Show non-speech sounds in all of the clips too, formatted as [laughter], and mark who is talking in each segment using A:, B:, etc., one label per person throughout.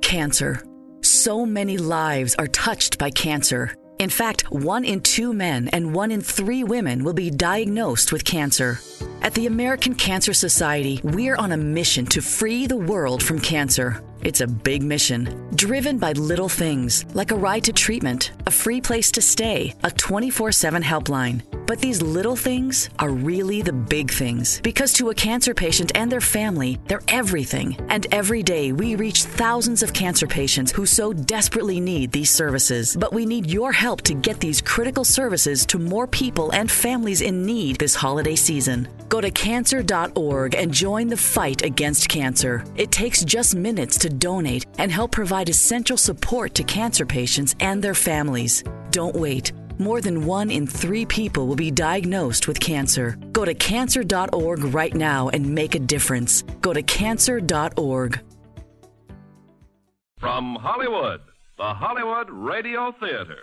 A: Cancer. So many lives are touched by cancer. In fact, one in two men and one in three women will be diagnosed with cancer. At the American Cancer Society, we're on a mission to free the world from cancer. It's a big mission, driven by little things like a ride to treatment, a free place to stay, a 24 7 helpline. But these little things are really the big things because to a cancer patient and their family, they're everything. And every day we reach thousands of cancer patients who so desperately need these services. But we need your help to get these critical services to more people and families in need this holiday season. Go to cancer.org and join the fight against cancer. It takes just minutes to donate and help provide essential support to cancer patients and their families. Don't wait. More than one in three people will be diagnosed with cancer. Go to cancer.org right now and make a difference. Go to cancer.org.
B: From Hollywood, the Hollywood Radio Theater.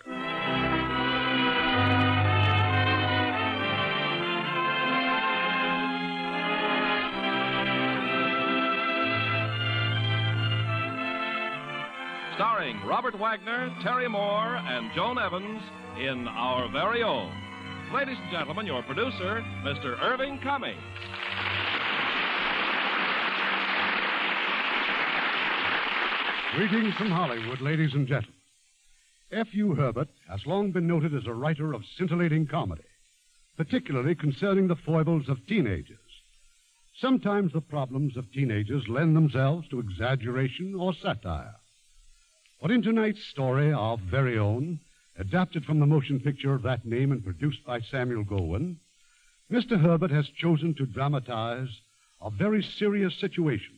B: Starring Robert Wagner, Terry Moore, and Joan Evans in Our Very Own. Ladies and gentlemen, your producer, Mr. Irving Cummings.
C: Greetings from Hollywood, ladies and gentlemen. F.U. Herbert has long been noted as a writer of scintillating comedy, particularly concerning the foibles of teenagers. Sometimes the problems of teenagers lend themselves to exaggeration or satire. But in tonight's story, our very own, adapted from the motion picture of that name and produced by Samuel Goldwyn, Mr. Herbert has chosen to dramatize a very serious situation,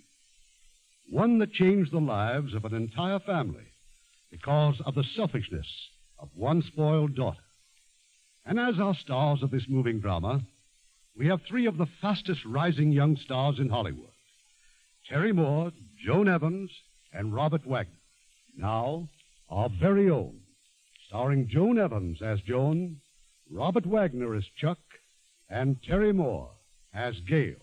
C: one that changed the lives of an entire family because of the selfishness of one spoiled daughter. And as our stars of this moving drama, we have three of the fastest rising young stars in Hollywood Terry Moore, Joan Evans, and Robert Wagner. Now, our very own starring Joan Evans as Joan, Robert Wagner as Chuck, and Terry Moore as Gail.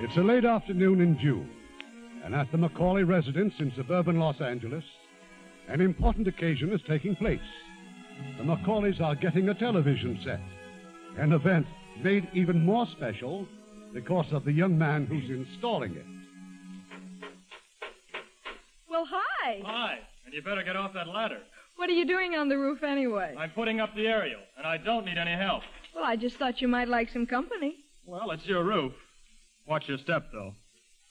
C: It's a late afternoon in June, and at the Macaulay residence in suburban Los Angeles, an important occasion is taking place. The Macaulays are getting a television set, an event made even more special because of the young man who's installing it.
D: Well, hi.
E: Hi, and you better get off that ladder.
D: What are you doing on the roof anyway?
E: I'm putting up the aerial, and I don't need any help.
D: Well, I just thought you might like some company.
E: Well, it's your roof. Watch your step, though.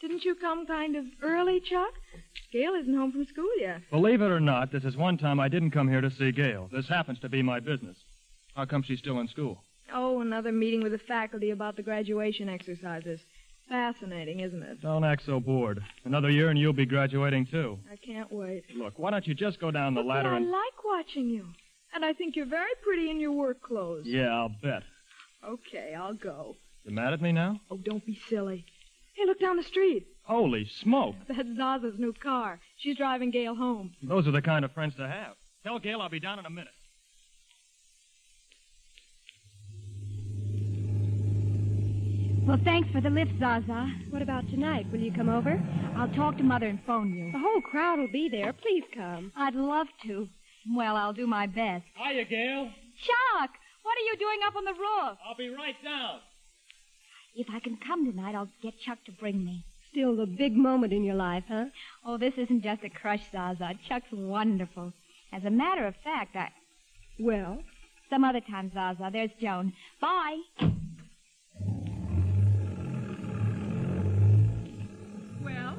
D: Didn't you come kind of early, Chuck? Gail isn't home from school yet.
E: Believe it or not, this is one time I didn't come here to see Gail. This happens to be my business. How come she's still in school?
D: Oh, another meeting with the faculty about the graduation exercises. Fascinating, isn't it?
E: Don't act so bored. Another year and you'll be graduating, too.
D: I can't wait.
E: Look, why don't you just go down the
D: But
E: ladder
D: I
E: and.
D: like watching you. And I think you're very pretty in your work clothes.
E: Yeah, I'll bet.
D: Okay, I'll go.
E: You mad at me now?
D: Oh, don't be silly. Hey, look down the street.
E: Holy smoke!
D: That's Zaza's new car. She's driving Gail home.
E: Those are the kind of friends to have. Tell Gail I'll be down in a minute.
F: Well, thanks for the lift, Zaza. What about tonight? Will you come over? I'll talk to Mother and phone you. The whole crowd will be there. Please come. I'd love to. Well, I'll do my best.
E: Hiya, Gail.
F: Chuck, what are you doing up on the roof?
E: I'll be right down.
F: If I can come tonight, I'll get Chuck to bring me.
G: Still the big moment in your life, huh?
F: Oh, this isn't just a crush, Zaza. Chuck's wonderful. As a matter of fact, I.
G: Well,
F: Some other time, Zaza. There's Joan. Bye.
D: Well,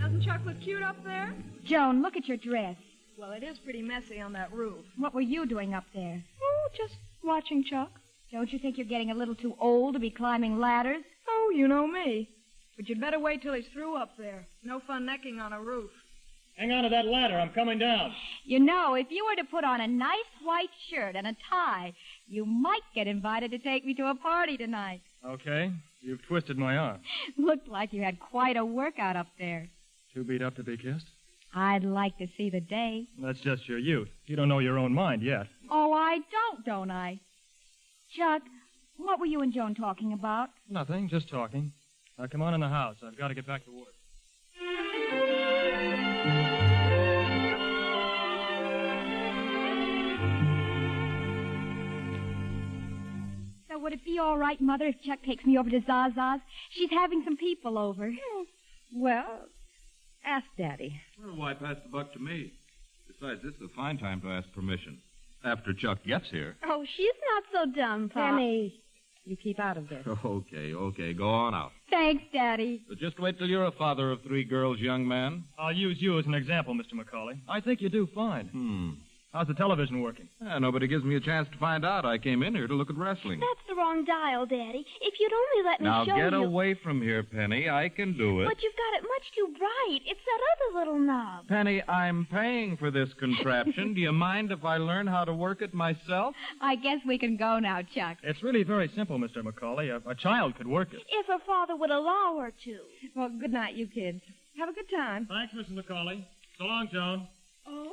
D: doesn't Chuck look cute up there?
F: Joan, look at your dress.
D: Well, it is pretty messy on that roof.
F: What were you doing up there?
D: Oh, just watching Chuck.
F: Don't you think you're getting a little too old to be climbing ladders?
D: Oh, you know me. But you'd better wait till he's through up there. No fun necking on a roof.
E: Hang on to that ladder. I'm coming down.
F: You know, if you were to put on a nice white shirt and a tie, you might get invited to take me to a party tonight. [laughs]
E: Okay. You've twisted my arm.
F: Looked like you had quite a workout up there.
E: Too beat up to be kissed?
F: I'd like to see the day.
E: That's just your youth. You don't know your own mind yet.
F: Oh, I don't, don't I? Chuck, what were you and Joan talking about?
E: Nothing, just talking. Now come on in the house. I've got to get back to work.
F: So would it be all right, Mother, if Chuck takes me over to Zaza's? She's having some people over.
G: Well, ask Daddy.
H: Well, why pass the buck to me? Besides, this is a fine time to ask permission. After Chuck gets here. [laughs]
I: Oh, she's not so dumb, Pop.
G: Penny, you keep out of this.
H: Okay, okay, go on out.
F: Thanks, Daddy.
H: But just wait till you're a father of three girls, young man.
E: I'll use you as an example, Mr. McCauley. I think you do fine.
H: Hmm.
E: How's the television working?
H: Ah, nobody gives me a chance to find out. I came in here to look at wrestling.
I: That's the wrong dial, Daddy. If you'd only let me
H: Now
I: show
H: get
I: you.
H: away from here, Penny. I can do it.
I: But you've got it much too bright. It's that other little knob.
H: Penny, I'm paying for this contraption. do you mind if I learn how to work it myself?
F: I guess we can go now, Chuck.
E: It's really very simple, Mr. McCauley. A, a child could work it.
I: If her father would allow her to.
G: Well, good night, you kids. Have a good time.
E: Thanks, Mr. McCauley. So long, Joan.
D: Oh?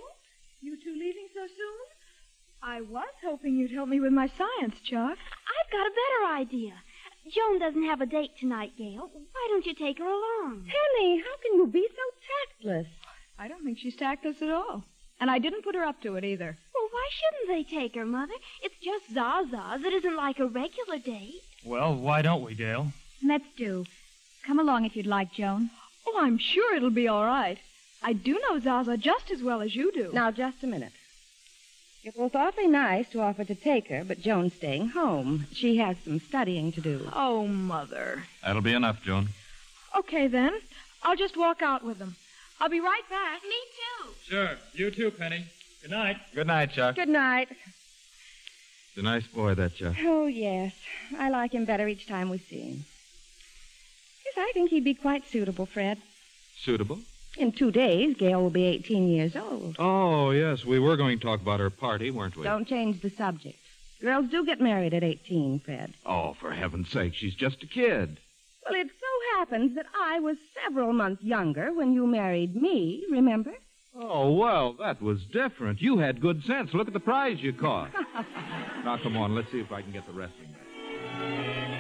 D: You two leaving so soon? I was hoping you'd help me with my science, Chuck.
I: I've got a better idea. Joan doesn't have a date tonight, Gail. Why don't you take her along?
G: Penny, how can you be so tactless?
D: I don't think she's tactless at all. And I didn't put her up to it either.
I: Well, why shouldn't they take her, Mother? It's just Zaza's. It isn't like a regular date.
E: Well, why don't we, Gail?
F: Let's do. Come along if you'd like, Joan.
D: Oh, I'm sure it'll be all right. I do know Zaza just as well as you do.
G: Now, just a minute. It was awfully nice to offer to take her, but Joan's staying home. She has some studying to do.
D: oh, Mother.
H: That'll be enough, Joan.
D: Okay, then. I'll just walk out with them. I'll be right back.
I: Me too.
E: Sure. You too, Penny. Good night.
H: Good night, Chuck.
G: Good night.
H: It's a nice boy, that Chuck.
G: Oh, yes. I like him better each time we see him. Yes, I think he'd be quite suitable, Fred.
H: Suitable?
G: In two days, Gail will be 18 years old.
H: Oh, yes. We were going to talk about her party, weren't we?
G: Don't change the subject. Girls do get married at 18, Fred.
H: Oh, for heaven's sake, she's just a kid.
G: Well, it so happens that I was several months younger when you married me, remember?
H: Oh, well, that was different. You had good sense. Look at the prize you caught. now, come on, let's see if I can get the wrestling back.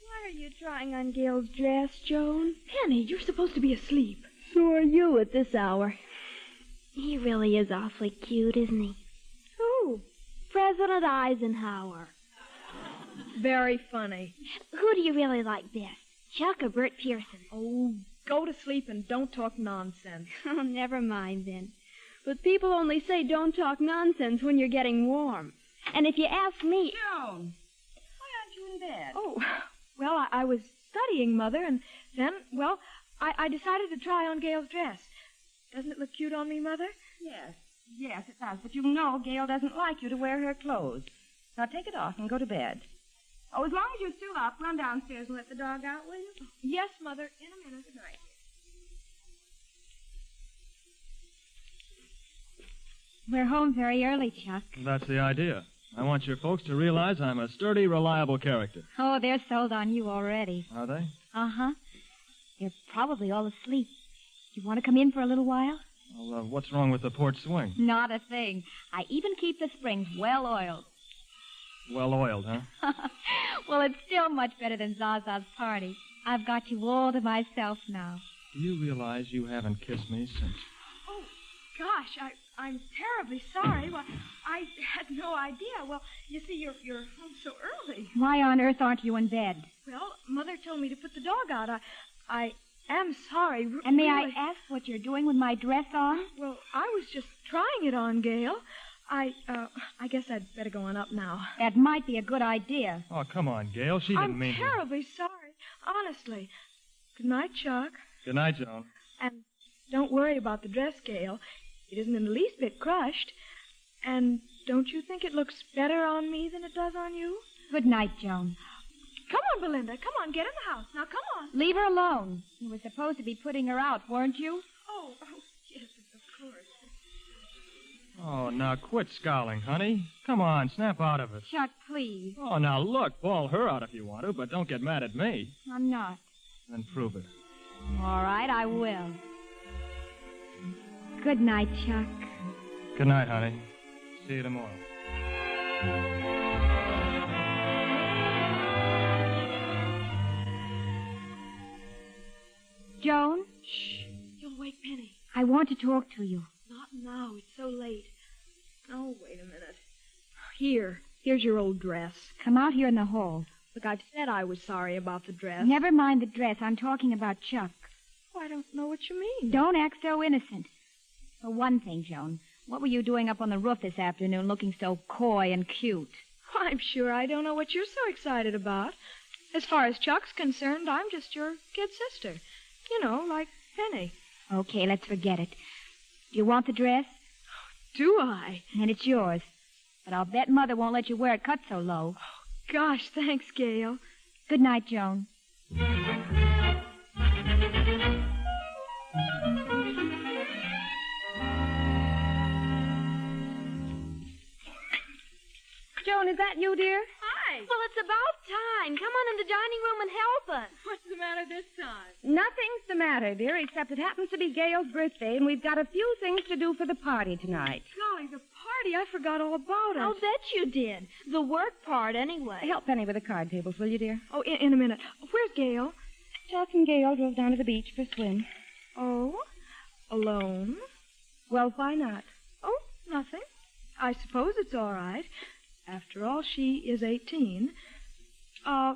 I: Why are you trying on Gail's dress, Joan?
D: Penny, you're supposed to be asleep.
I: Who are you at this hour? He really is awfully cute, isn't he? Who? President Eisenhower.
D: Very funny.
I: Who do you really like best, Chuck or Bert Pearson?
D: Oh, go to sleep and don't talk nonsense.
I: [laughs] Oh, never mind then. But people only say don't talk nonsense when you're getting warm. And if you ask me,
G: Joan, why aren't you in bed?
D: Oh, well, I, I was studying, Mother, and then, well, I, I decided to try on Gail's dress. Doesn't it look cute on me, Mother?
G: Yes, yes, it does. But you know Gail doesn't like you to wear her clothes. Now take it off and go to bed. Oh, as long as you're still up, run downstairs and let the dog out, will you?
D: Yes, Mother, in a minute. Good night.
F: We're home very early, Chuck.
E: That's the idea. I want your folks to realize I'm a sturdy, reliable character.
F: Oh, they're sold on you already.
E: Are they?
F: Uh huh. They're probably all asleep. You want to come in for a little while?
E: Well, uh, what's wrong with the porch swing?
F: Not a thing. I even keep the springs well oiled.
E: Well oiled, huh?
F: [laughs] well, it's still much better than Zaza's party. I've got you all to myself now.
E: Do you realize you haven't kissed me since?
D: Oh, gosh, I, I'm terribly sorry. Well, I had no idea. Well, you see, you're, you're home so early.
F: Why on earth aren't you in bed?
D: Well, Mother told me to put the dog out. I, I am sorry. re-
F: And may I
D: really.
F: ask what you're doing with my dress on?
D: Well, I was just trying it on, Gail. I, uh, I guess I'd better go on up now.
F: That might be a good idea.
E: Oh, come on, Gail. She didn't
D: I'm
E: mean to.
D: terribly sorry, honestly. Good night, Chuck.
E: Good night, Joan.
D: And don't worry about the dress, Gail. It isn't in the least bit crushed. And don't you think it looks better on me than it does on you?
F: Good night, Joan.
D: Come on, Belinda. Come on, get in the house. Now, come on.
F: Leave her alone. You were supposed to be putting her out, weren't you?
D: Oh, oh yes, of course.
E: Oh, now quit scowling, honey. Come on, snap out of it.
F: Chuck, please.
E: Oh, now look, ball her out if you want to, but don't get mad at me.
F: I'm not.
E: Then prove it.
F: All right, I will. Good night, Chuck.
E: Good night, honey. See you tomorrow.
F: Joan,
D: You'll wake Penny.
F: I want to talk to you.
D: Not now. It's so late. Oh, wait a minute. Here. Here's your old dress.
F: Come out here in the hall.
D: Look, I've said I was sorry about the dress.
F: Never mind the dress. I'm talking about Chuck.
D: Oh, I don't know what you mean.
F: Don't act so innocent. For one thing, Joan, what were you doing up on the roof this afternoon looking so coy and cute?
D: Why, I'm sure I don't know what you're so excited about. As far as Chuck's concerned, I'm just your kid sister. You know, like Penny.
F: Okay, let's forget it. Do you want the dress?
D: Do I?
F: And it's yours. But I'll bet Mother won't let you wear it cut so low.
D: Oh, Gosh, thanks, Gail.
F: Good night, Joan.
G: Joan, is that you, dear?
D: Hi.
I: Well, it's about time. Come on in the dining room and help us.
D: What's the matter this time?
G: Nothing's the matter, dear, except it happens to be Gail's birthday, and we've got a few things to do for the party tonight.
D: Golly, the party. I forgot all about it.
I: I'll bet you did. The work part, anyway.
G: Help Penny with the card tables, will you, dear?
D: Oh, in, in a minute. Where's Gail?
G: Chuck and Gail drove down to the beach for a swim.
D: Oh, alone?
G: Well, why not?
D: Oh, nothing. I suppose it's all right. After all, she is 18. Uh,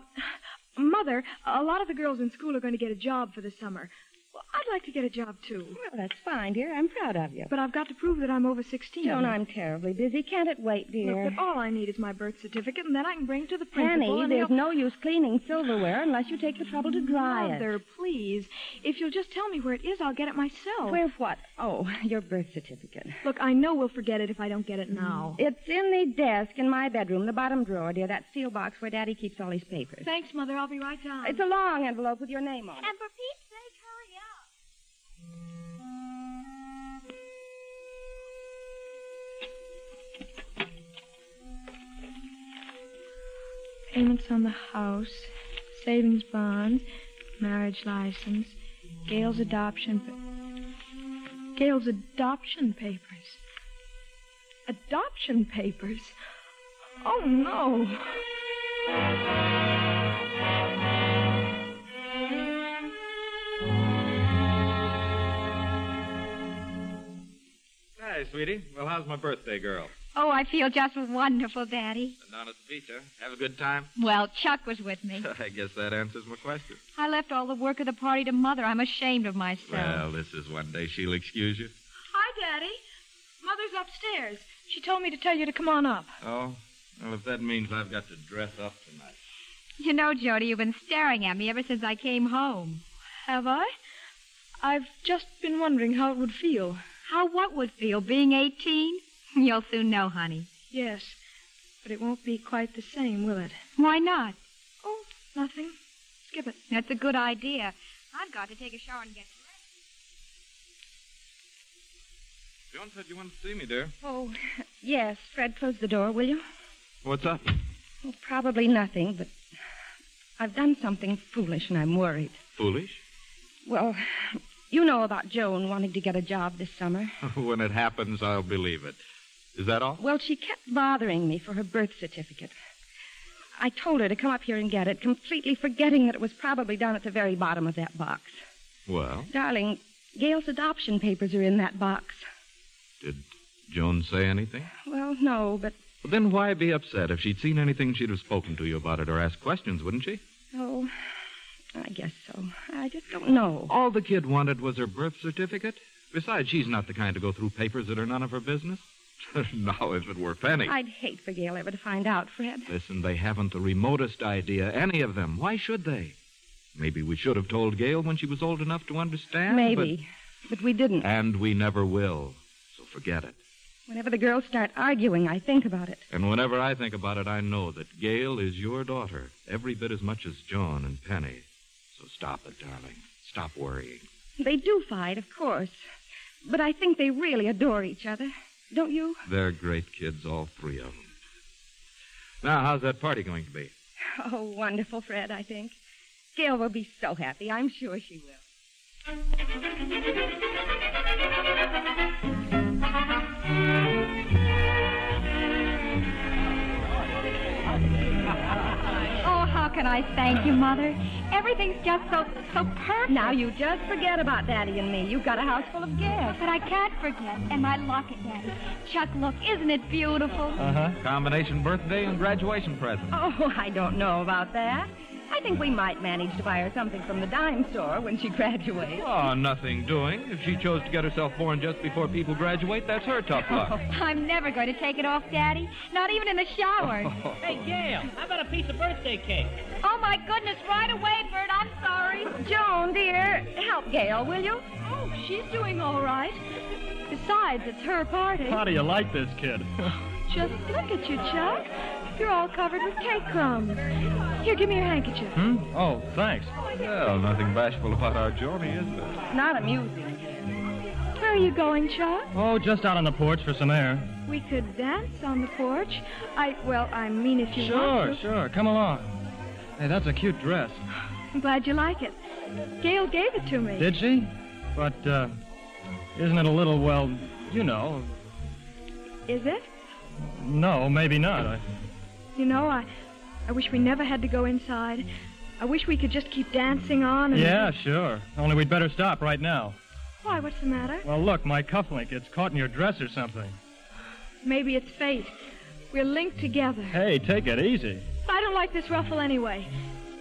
D: Mother, a lot of the girls in school are going to get a job for the summer. Well, I'd like to get a job, too.
G: Well, that's fine, dear. I'm proud of you.
D: But I've got to prove that I'm over 16.
G: Joan, I'm terribly busy. Can't it wait,
D: Look,
G: dear?
D: but all I need is my birth certificate, and then I can bring it to the principal.
G: Penny,
D: and
G: there's
D: he'll-
G: no use cleaning silverware unless you take the trouble to dry
D: Mother,
G: it.
D: please. If you'll just tell me where it is, I'll get it myself.
G: Where what? Oh, [laughs] your birth certificate.
D: Look, I know we'll forget it if I don't get it now.
G: It's in the desk in my bedroom, the bottom drawer, dear. That seal box where Daddy keeps all his papers.
D: Thanks, Mother. I'll be right down.
G: Mm. It's a long envelope with your name on it.
I: And for Pete's sake, hurry up.
D: Payments on the house, savings bonds, marriage license, Gail's adoption. Pa- Gail's adoption papers. Adoption papers? Oh, no.
H: Hi, sweetie. Well, how's my birthday girl?
F: Oh, I feel just wonderful, Daddy.
H: Been down at the beach, huh? Have a good time?
F: Well, Chuck was with me.
H: I guess that answers my question.
F: I left all the work of the party to Mother. I'm ashamed of myself.
H: Well, this is one day she'll excuse you.
D: Hi, Daddy. Mother's upstairs. She told me to tell you to come on up.
H: Oh? Well, if that means I've got to dress up tonight.
F: You know, Jody, you've been staring at me ever since I came home.
D: Have I? I've just been wondering how it would feel.
F: How what would feel being 18? [laughs] You'll soon know, honey.
D: Yes, but it won't be quite the same, will it?
F: Why not?
D: Oh, nothing. Skip it.
F: That's a good idea. I've got to take a shower and get dressed.
H: Joan said you wanted to see me, dear.
G: Oh, [laughs] yes. Fred, close the door, will you?
H: What's up?
G: Well, probably nothing, but I've done something foolish and I'm worried.
H: Foolish?
G: Well, [sighs] you know about Joan wanting to get a job this summer.
H: [laughs] when it happens, I'll believe it. Is that all?
G: Well, she kept bothering me for her birth certificate. I told her to come up here and get it, completely forgetting that it was probably down at the very bottom of that box.
H: Well,
G: Darling, Gail's adoption papers are in that box.
H: did Joan say anything?
G: Well, no, but
H: Well, then why be upset? If she'd seen anything, she'd have spoken to you about it or asked questions, wouldn't she?
G: oh, I guess so. I just don't know.
H: All the kid wanted was her birth certificate. Besides, she's not the kind to go through papers that are none of her business. [laughs] now, if it were Penny.
G: I'd hate for Gail ever to find out, Fred.
H: Listen, they haven't the remotest idea, any of them. Why should they? Maybe we should have told Gail when she was old enough to understand.
G: Maybe, but we didn't.
H: But... And we never will. So forget it.
G: Whenever the girls start arguing, I think about it.
H: And whenever I think about it, I know that Gail is your daughter, every bit as much as John and Penny. So stop it, darling. Stop worrying.
G: They do fight, of course. But I think they really adore each other. Don't you?
H: They're great kids, all three of them. Now, how's that party going to be?
G: [laughs] Oh, wonderful, Fred, I think. Gail will be so happy. I'm sure she will.
F: Oh, how can I thank you, Mother? Everything's just so so perfect.
G: Now you just forget about Daddy and me. You've got a house full of guests.
F: But I can't forget. And my locket, Daddy. Chuck, look, isn't it beautiful?
H: huh. Combination birthday and graduation present.
G: Oh, I don't know about that. I think we might manage to buy her something from the dime store when she graduates.
H: Oh, nothing doing. If she chose to get herself born just before people graduate, that's her tough luck.
F: [laughs] I'm never going to take it off, Daddy. Not even in the shower.
J: [laughs] Hey, Gail, how about a piece of birthday cake?
F: Oh, my goodness, right away, Bert. I'm sorry.
G: Joan, dear, help Gail, will you?
D: Oh, she's doing all right. Besides, it's her party.
E: How do you like this kid? [laughs]
D: Just look at you, Chuck. You're all covered with cake crumbs. Here, give me your handkerchief.
E: hmm? Oh, thanks.
H: Well, nothing bashful about our Johnny, is there?
G: Not amusing.
D: Where are you going, Chuck?
E: Oh, just out on the porch for some air.
D: We could dance on the porch. I, well, I mean, if you want
E: Sure,
D: to.
E: sure. Come along. Hey, that's a cute dress.
D: I'm glad you like it. Gail gave it to me.
E: Did she? But, uh, isn't it a little, well, you know.
D: Is it?
E: No, maybe not. I,
D: You know, I, I wish we never had to go inside. I wish we could just keep dancing on. And
E: yeah, sure. Only we'd better stop right now.
D: Why? What's the matter?
E: Well, look, my cufflink. It's caught in your dress or something.
D: Maybe it's fate. We're linked together.
E: Hey, take it easy.
D: I don't like this ruffle anyway.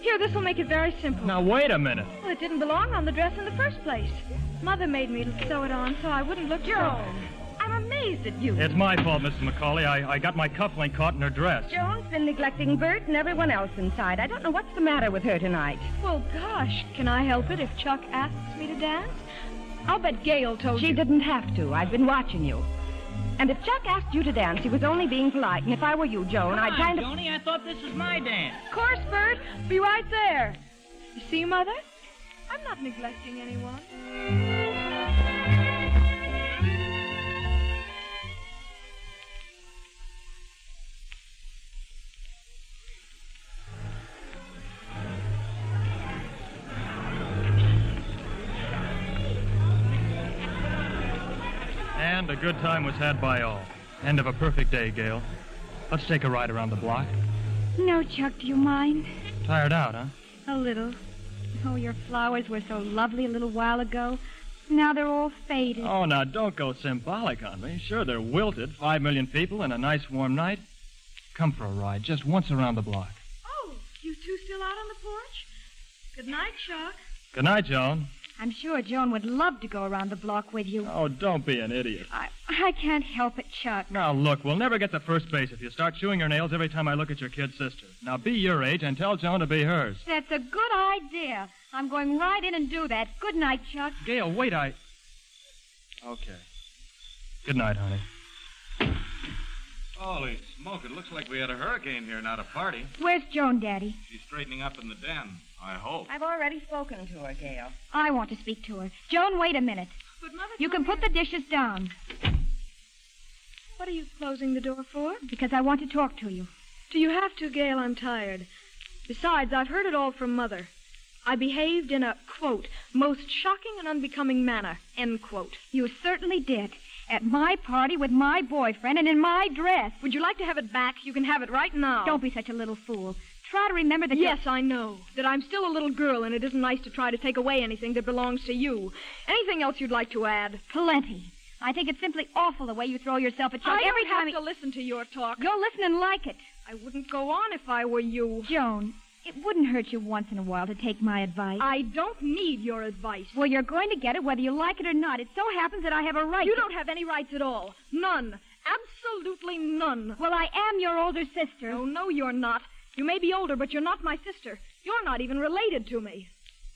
D: Here, this will make it very simple.
E: Now, wait a minute.
D: Well, it didn't belong on the dress in the first place. Mother made me sew it on so I wouldn't look
G: Joan, I'm amazed at you.
E: It's my fault, Mrs. McCauley. I, I got my cufflink caught in her dress.
G: Joan's been neglecting Bert and everyone else inside. I don't know what's the matter with her tonight.
D: Well, gosh, can I help it if Chuck asks me to dance? I'll bet Gail told
G: She
D: you.
G: didn't have to. I've been watching you. And if Chuck asked you to dance, he was only being polite. And if I were you, Joan,
J: Come
G: I'd
J: on,
G: kind of.
J: Joni, I thought this was my dance.
D: Of course, Bert. Be right there. You see, Mother? I'm not neglecting anyone.
E: And a good time was had by all. End of a perfect day, Gail. Let's take a ride around the block.
F: No, Chuck, do you mind?
E: Tired out, huh?
F: A little. Oh, your flowers were so lovely a little while ago. Now they're all faded.
E: Oh, now don't go symbolic on me. Sure, they're wilted. Five million people and a nice warm night. Come for a ride, just once around the block.
D: Oh, you two still out on the porch? Good night, Chuck.
E: Good night, Joan.
F: I'm sure Joan would love to go around the block with you.
E: Oh, don't be an idiot.
F: I, I can't help it, Chuck.
E: Now, look, we'll never get to first base if you start chewing your nails every time I look at your kid sister. Now, be your age and tell Joan to be hers.
F: That's a good idea. I'm going right in and do that. Good night, Chuck.
E: Gail, wait, I. Okay. Good night, honey.
H: Holy smoke, it looks like we had a hurricane here, not a party.
F: Where's Joan, Daddy?
H: She's straightening up in the den, I hope.
G: I've already spoken to her, Gail.
F: I want to speak to her. Joan, wait a minute.
D: But Mother,
F: You can put the dishes down
D: what are you closing the door for?
F: because I want to talk to you.
D: Do you have to, Gail? I'm tired. Besides, I've heard it all from Mother. I behaved in a, quote, most shocking and unbecoming manner, end quote.
F: You certainly did. At my party with my boyfriend and in my dress.
D: Would you like to have it back? You can have it right now.
F: Don't be such a little fool. Try to remember that.
D: Yes, I know. That I'm still a little girl, and it isn't nice to try to take away anything that belongs to you. Anything else you'd like to add?
F: You're plenty. I think it's simply awful the way you throw yourself at Chuck
D: I don't
F: every time.
D: have to listen to your talk.
F: he- You'll listen and like it.
D: I wouldn't go on if I were you.
F: Joan, it wouldn't hurt you once in a while to take my advice.
D: I don't need your advice.
F: Well, you're going to get it whether you like it or not. It so happens that I have a right.
D: you
F: to-
D: don't have any rights at all. None. Absolutely none.
F: Well, I am your older sister.
D: Oh, no, you're not. You may be older, but you're not my sister. You're not even related to me.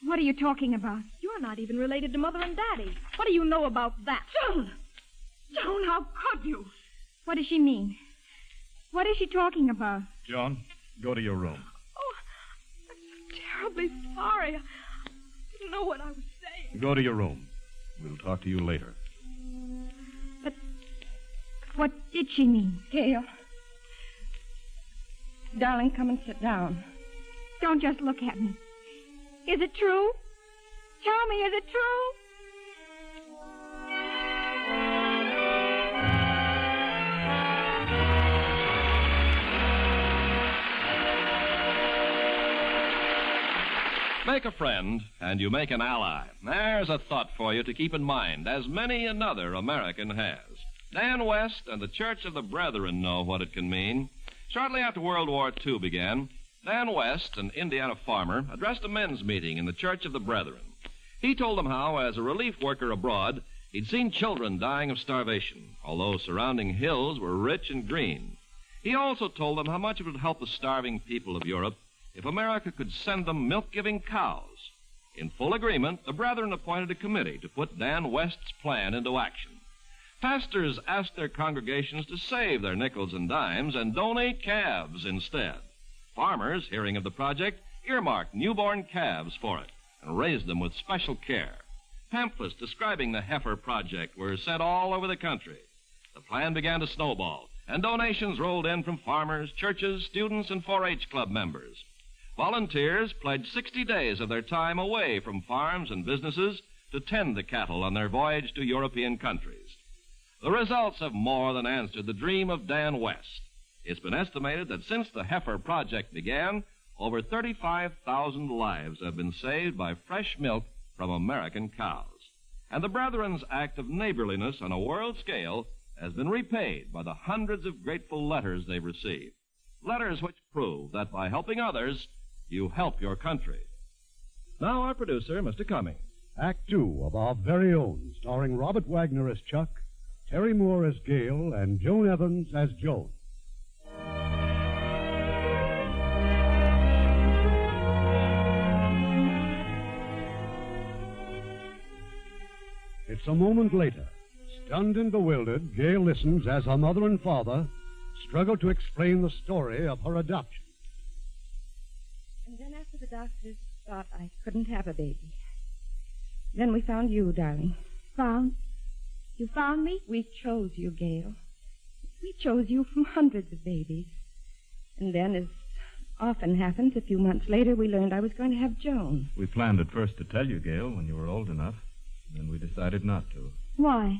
F: What are you talking about?
D: You're not even related to Mother and Daddy. What do you know about that? Joan! Joan, how could you?
F: What does she mean? What is she talking about?
H: Joan, go to your room.
D: Oh, I'm so terribly sorry. I didn't know what I was saying.
H: Go to your room. We'll talk to you later.
F: What did she mean?
G: Gail. Darling, come and sit down.
F: Don't just look at me. Is it true? Tell me, is it true?
B: Make a friend, and you make an ally. There's a thought for you to keep in mind, as many another American has. Dan West and the Church of the Brethren know what it can mean. Shortly after World War II began, Dan West, an Indiana farmer, addressed a men's meeting in the Church of the Brethren. He told them how, as a relief worker abroad, he'd seen children dying of starvation, although surrounding hills were rich and green. He also told them how much it would help the starving people of Europe if America could send them milk giving cows. In full agreement, the brethren appointed a committee to put Dan West's plan into action. Pastors asked their congregations to save their nickels and dimes and donate calves instead. Farmers, hearing of the project, earmarked newborn calves for it and raised them with special care. Pamphlets describing the heifer project were sent all over the country. The plan began to snowball, and donations rolled in from farmers, churches, students, and 4 H club members. Volunteers pledged 60 days of their time away from farms and businesses to tend the cattle on their voyage to European countries. The results have more than answered the dream of Dan West. It's been estimated that since the heifer project began, over 35,000 lives have been saved by fresh milk from American cows. And the Brethren's act of neighborliness on a world scale has been repaid by the hundreds of grateful letters they've received. Letters which prove that by helping others, you help your country. Now, our producer, Mr. Cummings.
C: Act two of our very own, starring Robert Wagner as Chuck, Terry Moore as Gale, and Joan Evans as Joan. It's a moment later. Stunned and bewildered, Gail listens as her mother and father struggle to explain the story of her adoption.
G: And then after the doctors thought I couldn't have a baby. Then we found you, darling. Found? You found me? We chose you, Gail. We chose you from hundreds of babies. And then, as often happens, a few months later, we learned I was going to have Joan.
H: We planned at first to tell you, Gail, when you were old enough. Then we decided not to.
F: Why?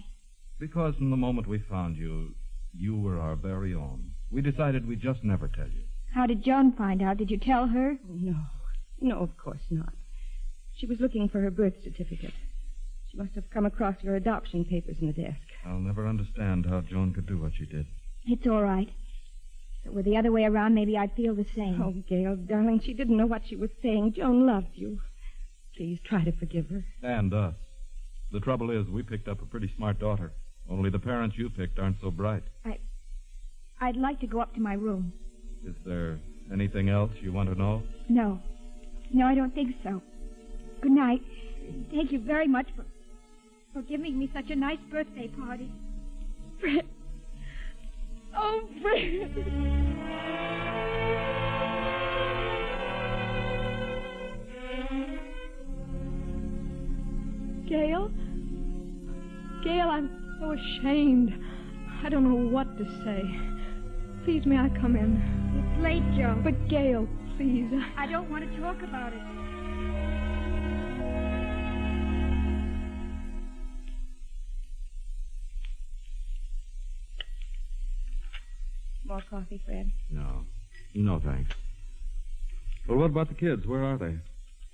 H: Because from the moment we found you, you were our very own. We decided we'd just never tell you.
F: How did Joan find out? Did you tell her? No.
G: No, of course not. She was looking for her birth certificate. She must have come across your adoption papers in the desk.
H: I'll never understand how Joan could do what she did.
F: It's all right. If it were the other way around, maybe I'd feel the same.
G: Oh, Gail, darling, she didn't know what she was saying. Joan loved you. Please try to forgive her.
H: And us. The trouble is, we picked up a pretty smart daughter. Only the parents you picked aren't so bright.
F: I'd like to go up to my room.
H: Is there anything else you want to know?
F: No. No, I don't think so. Good night. Thank you very much for, for giving me such a nice birthday party. Fred. [laughs] Oh, Fred.
D: Gail? Gail, I'm so ashamed. I don't know what to say. Please, may I come in? It's late, Joe. But, Gail, please.
F: I don't want to talk about it.
G: More coffee, Fred.
H: No. No, thanks. Well, what about the kids? Where are they?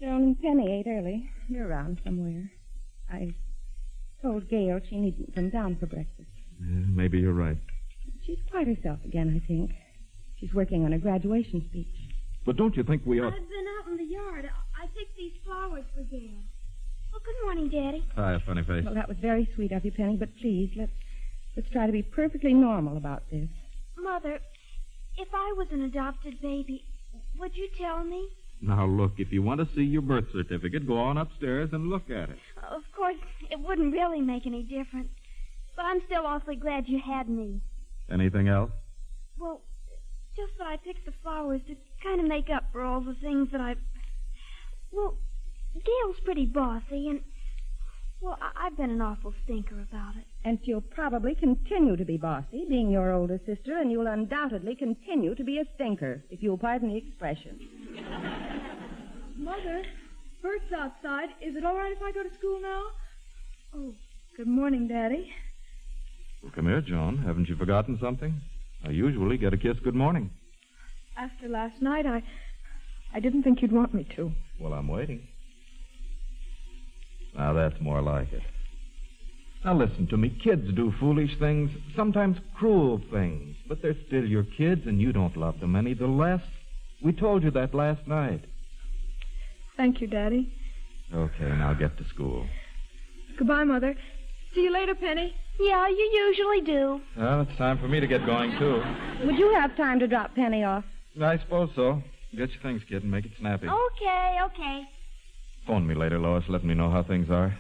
G: Joan and Penny ate early. You're around somewhere. I told Gail she needn't come down for breakfast.
H: Yeah, maybe you're right.
G: She's quite herself again, I think. She's working on her graduation speech.
H: But don't you think we ought.
I: I've been out in the yard. I picked these flowers for Gail. Oh, good morning, Daddy.
H: Hi, funny face.
G: Well, that was very sweet of you, Penny, but please, let's, let's try to be perfectly normal about this.
I: Mother, if I was an adopted baby, would you tell me?
H: Now, look, if you want to see your birth certificate, go on upstairs and look at it.
I: Of course, it wouldn't really make any difference. But I'm still awfully glad you had me.
H: Anything else?
I: Well, just that I picked the flowers to kind of make up for all the things that I. Well, Gail's pretty bossy, and. Well, I- I've been an awful stinker about it.
G: And she'll probably continue to be bossy, being your older sister, and you'll undoubtedly
D: [laughs]
G: continue to be a stinker, if you'll pardon the expression.
I: Mother,
D: Bert's outside. Is it all right if I go to school now? Oh, good morning, Daddy.
H: Well, come here, Joan. Haven't you forgotten something? I usually get a kiss good morning.
D: After last night, I. I didn't think you'd want me to.
H: Well, I'm waiting. Now, that's more like it. Now, listen to me. Kids do foolish things, sometimes cruel things, but they're still your kids, and you don't love them any the less. We told you that last night.
D: Thank you, Daddy.
H: Okay, now get to school.
D: Goodbye, Mother. See you later, Penny.
I: Yeah, you usually do.
H: Well, it's time for me to get going, too.
G: Would you have time to drop Penny off?
H: I suppose so. Get your things, kid, and make it snappy.
G: Oh.
I: Okay, okay.
H: Phone me later, Lois. Let me know how things are.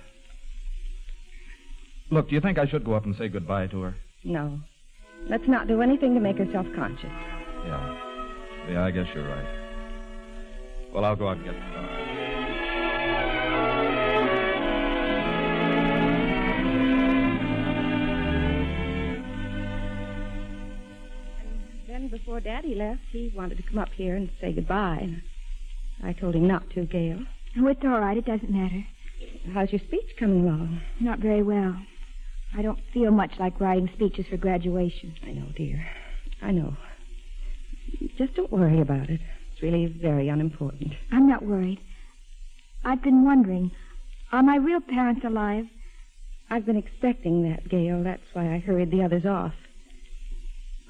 H: Look, do you think I should go up and say goodbye to her?
G: No. Let's not do anything to make her self conscious.
H: Yeah. Yeah, I guess you're right. Well, I'll go out and get the car.
G: Then, before Daddy left, he wanted to come up here and say goodbye. And I told him not to, Gail.
F: Oh, it's all right. It doesn't matter.
G: How's your speech coming along?
F: Not very well. I don't feel much like writing speeches for graduation.
G: I know, dear. I know. Just don't worry about it. It's really very unimportant.
F: I'm not worried. I've been wondering, are my real parents alive?
G: I've been expecting that, Gail. That's why I hurried the others off.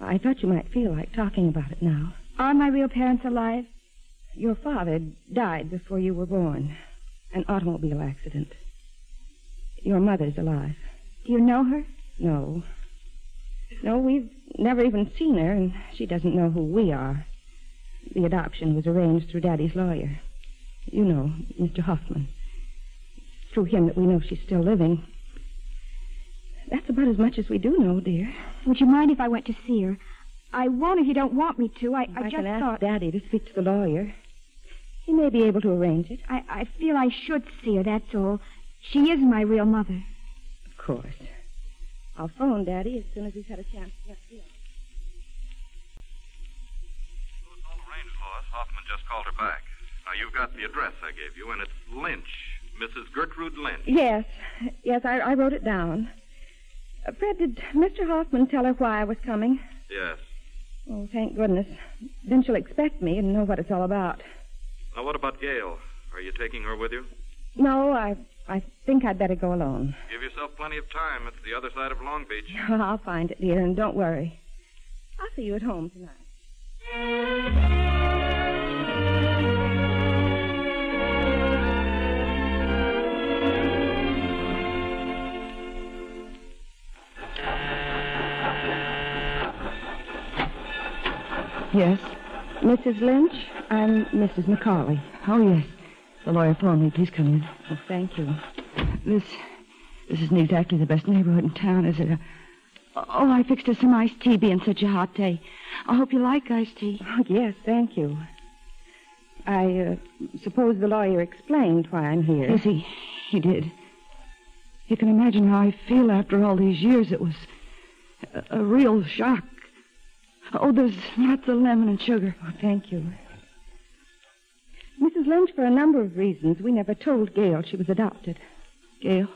G: I thought you might feel like talking about it now.
F: Are my real parents alive?
G: Your father died before you were born. An automobile accident. Your mother's alive.
F: Do you know her?
G: No. No, we've never even seen her, and she doesn't know who we are. The adoption was arranged through Daddy's lawyer. You know, Mr. Hoffman. It's through him that we know she's still living. That's about as much as we do know, dear.
F: Would you mind if I went to see her? I won't if you don't want me to. I, I,
G: I
F: just
G: can ask
F: thought.
G: Daddy to speak to the lawyer. He may be able to arrange it.
F: I, I feel I should see her, that's all. She is my real mother.
G: Of course. I'll phone Daddy as soon as he's had a chance to get here.
H: All arranged, Lois. Hoffman just called her back. Now, you've got the address I gave you, and it's Lynch, Mrs. Gertrude Lynch.
G: Yes, yes, I, I wrote it down. Uh, Fred, did Mr. Hoffman tell her why I was coming?
H: Yes.
G: Oh, thank goodness. Then she'll expect me and know what it's all about.
H: Now, what about Gail? Are you taking her with you?
G: No, I, I think I'd better go alone. [laughs]
H: Give yourself plenty of time. It's the other side of Long Beach.
G: I'll find it, dear, and don't worry. I'll see you at home tonight. Yes. Mrs. Lynch, I'm Mrs. McCauley.
K: Oh, yes. The lawyer phoned me. Please come in.
G: Oh, thank you.
K: This this isn't exactly the best neighborhood in town, is it? Uh, Oh, I fixed us some iced tea being such a hot day. I hope you like iced tea.
G: Oh, yes, thank you. I uh, suppose the lawyer explained why I'm here.
K: Yes, he, he did. You can imagine how I feel after all these years. It was a, a real shock. Oh, there's lots of lemon and sugar.
G: Oh, thank you. Mrs. Lynch, for a number of reasons, we never told Gail she was adopted.
K: Gail?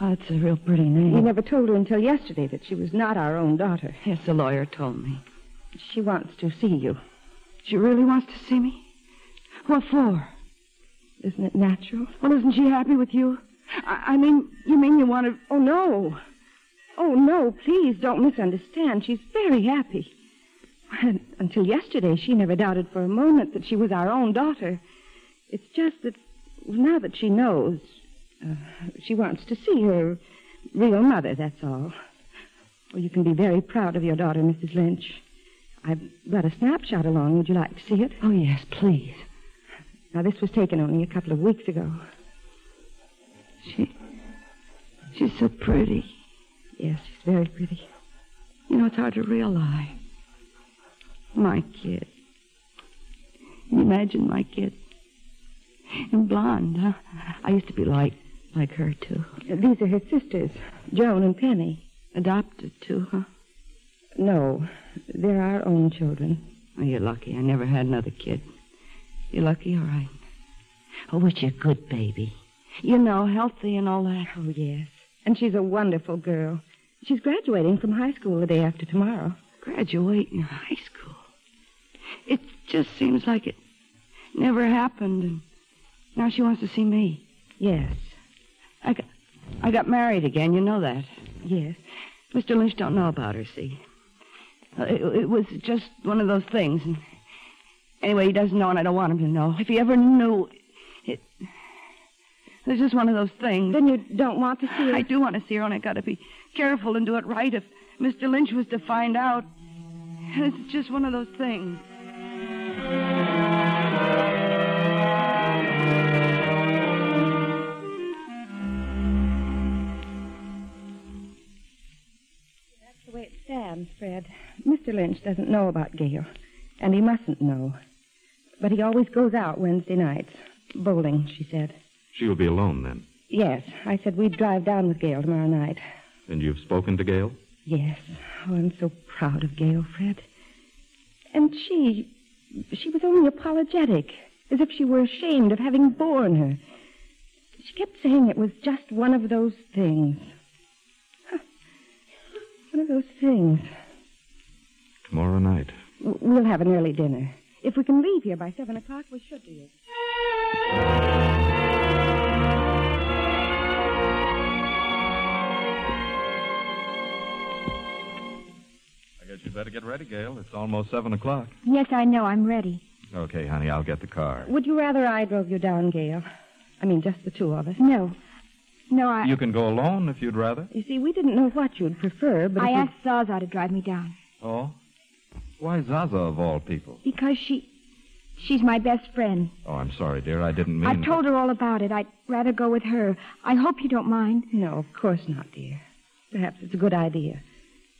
K: Oh, that's a real pretty
G: We
K: name.
G: never told her until yesterday that she was not our own daughter.
K: Yes, the lawyer told me.
G: She wants to see you.
K: She really wants to see me? What for?
G: Isn't it natural?
K: Well, isn't she happy with you? I, I mean, you mean you want to.
G: Oh, no. Oh, no, please don't misunderstand. She's very happy. And until yesterday, she never doubted for a moment that she was our own daughter. It's just that now that she knows, uh, she wants to see her real mother, that's all. Well, you can be very proud of your daughter, Mrs. Lynch. I've got a snapshot along. Would you like to see it?
K: Oh, yes, please.
G: Now, this was taken only a couple of weeks ago.
K: She. She's so pretty.
G: Yes, she's very pretty.
K: You know, it's hard to realize. My kid. Can you imagine my kid? And blonde, huh? I used to be like like her, too.
G: These are her sisters, Joan and Penny.
K: Adopted, too, huh?
G: No, they're our own children.
K: Oh, you're lucky. I never had another kid. You're lucky, all right.
L: Oh, was she a good baby?
K: You know, healthy and all that.
G: Oh, yes. And she's a wonderful girl. She's graduating from high school the day after tomorrow.
K: Graduating high school? It just seems like it never happened, and now she wants to see me.
G: Yes.
K: I got, I got married again. You know that.
G: Yes.
K: Mr. Lynch don't know about her, see? Uh, It, it was just one of those things. And anyway, he doesn't know, and I don't want him to know. If he ever knew, it. It's just one of those things.
G: Then you don't want to see her?
K: I do want to see her, and I got to be careful and do it right if Mr. Lynch was to find out. It's just one of those things.
G: That's the way it stands, Fred. Mr. Lynch doesn't know about Gail, and he mustn't know. But he always goes out Wednesday nights. Bowling, she said.
H: She'll be alone then.
G: Yes, I said we'd drive down with Gail tomorrow night.
H: And you've spoken to Gail?
G: Yes. Oh, I'm so proud of Gail, Fred. And she. she was only apologetic, as if she were ashamed of having borne her. She kept saying it was just one of those things. Huh. One of those things.
H: Tomorrow night.
G: W- We'll have an early dinner. If we can leave here by 7 o'clock, we should be.
H: I guess you'd better get ready, Gail. It's almost 7 o'clock.
F: Yes, I know. I'm ready.
H: Okay, honey, I'll get the car.
G: Would you rather I drove you down, Gail? I mean, just the two of us.
F: No. No, I.
H: You can go alone if you'd rather.
G: You see, we didn't know what you'd prefer, but. if
F: I
G: we-
F: asked Zaza to drive me down
H: Oh? Why Zaza, of all people?
F: because she. She's my best friend.
H: Oh, I'm sorry, dear. I didn't mean
E: Mm.
F: I've told her all about it. I'd rather go with her. I hope you don't mind.
G: No, of course not, dear. Perhaps it's a good idea.